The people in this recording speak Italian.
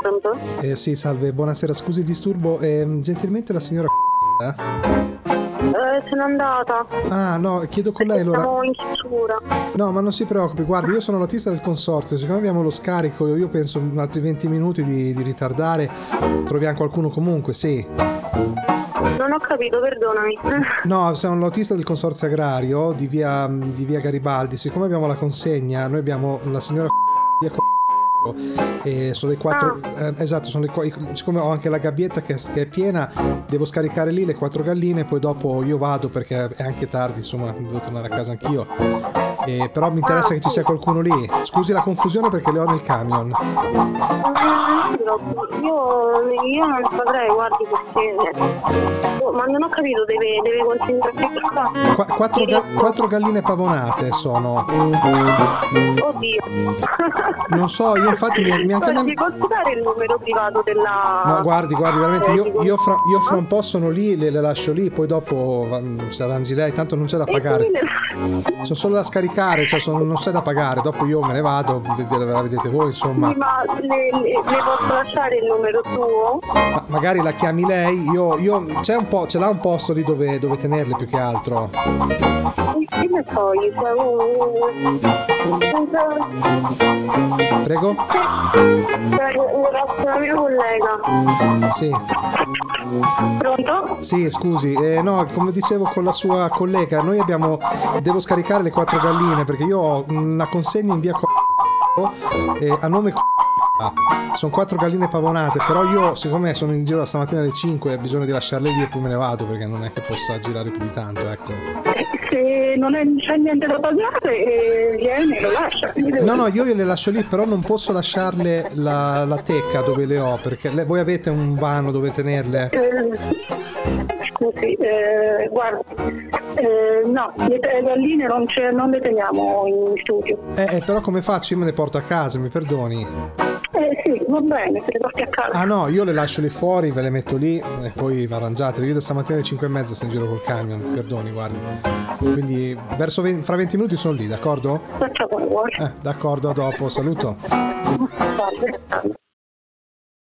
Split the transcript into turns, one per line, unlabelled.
Pronto?
Eh, sì, salve, buonasera, scusi il disturbo. Ehm, gentilmente la signora...
Eh, sono andata.
Ah, no, chiedo con lei allora.
Siamo in chiusura.
No, ma non si preoccupi, guardi, io sono l'autista del consorzio, siccome abbiamo lo scarico, io penso in altri 20 minuti di, di ritardare, troviamo qualcuno comunque, sì.
Non ho capito, perdonami.
No, sono l'autista del consorzio agrario di via, di via Garibaldi, siccome abbiamo la consegna, noi abbiamo la signora... di e sono le 4 esatto sono le qua- siccome ho anche la gabbietta che, che è piena devo scaricare lì le quattro galline poi dopo io vado perché è anche tardi insomma devo tornare a casa anch'io Eh, però mi interessa che ci sia qualcuno lì scusi la confusione perché le ho nel camion
Io, io non saprei, guardi, perché... Oh, ma non ho capito, deve, deve concentrarsi per qua.
Qua- quattro, ga- quattro galline pavonate sono
Oddio.
non so io infatti mi, mi anche a me-
Guardi, posso dare il numero privato della...
No, guardi, guardi, veramente io,
Eh,
io fra, io fra un po' sono lì, le, le lascio lì, poi dopo mm, si arrangi lei, tanto non c'è da
E
pagare.
quindi-
Sono solo da scaricare, cioè sono- non c'è da pagare, dopo io me ne vado, ve, ve la vedete voi, insomma.
Sì, ma le, le- le posso lasciare il numero suo?
Ma magari la chiami lei, io, io c'è un po', ce l'ha un posto lì dove, dove tenerle più che altro.
Che ne so, io cioè, un- un-
Prego?
cioè, una mia collega.
Sì.
Pronto?
Sì, scusi, eh, no, come dicevo con la sua collega, noi abbiamo. Devo scaricare le quattro galline perché io ho una consegna in via co- eh, a nome co- sono quattro galline pavonate, però io siccome sono in giro da stamattina alle 5 ho bisogno di lasciarle lì e poi me ne vado perché non è che possa girare più di tanto, ecco.
Se non è- c'è niente da pagare, eh, vieni, lo lascia. quindi
No, no, io le lascio lì, però non posso lasciarle la, la tecca dove le ho perché le- voi avete un vano dove tenerle.
Eh, Scusi, eh, guardi, eh, no, le le galline non, c'è- non le teniamo in studio.
Eh, eh, però come faccio? Io me le porto a casa, mi perdoni.
Eh sì, va bene, se le porti a casa.
Ah no, io le lascio lì fuori, ve le metto lì e poi vi arrangiate. Io da stamattina alle 5 e mezza sono in giro col camion, perdoni, guardi. Quindi verso ven- fra 20 minuti Ah. sono lì, d'accordo?
Faccia come vuoi.
Eh, d'accordo, a dopo, saluto.
Salve.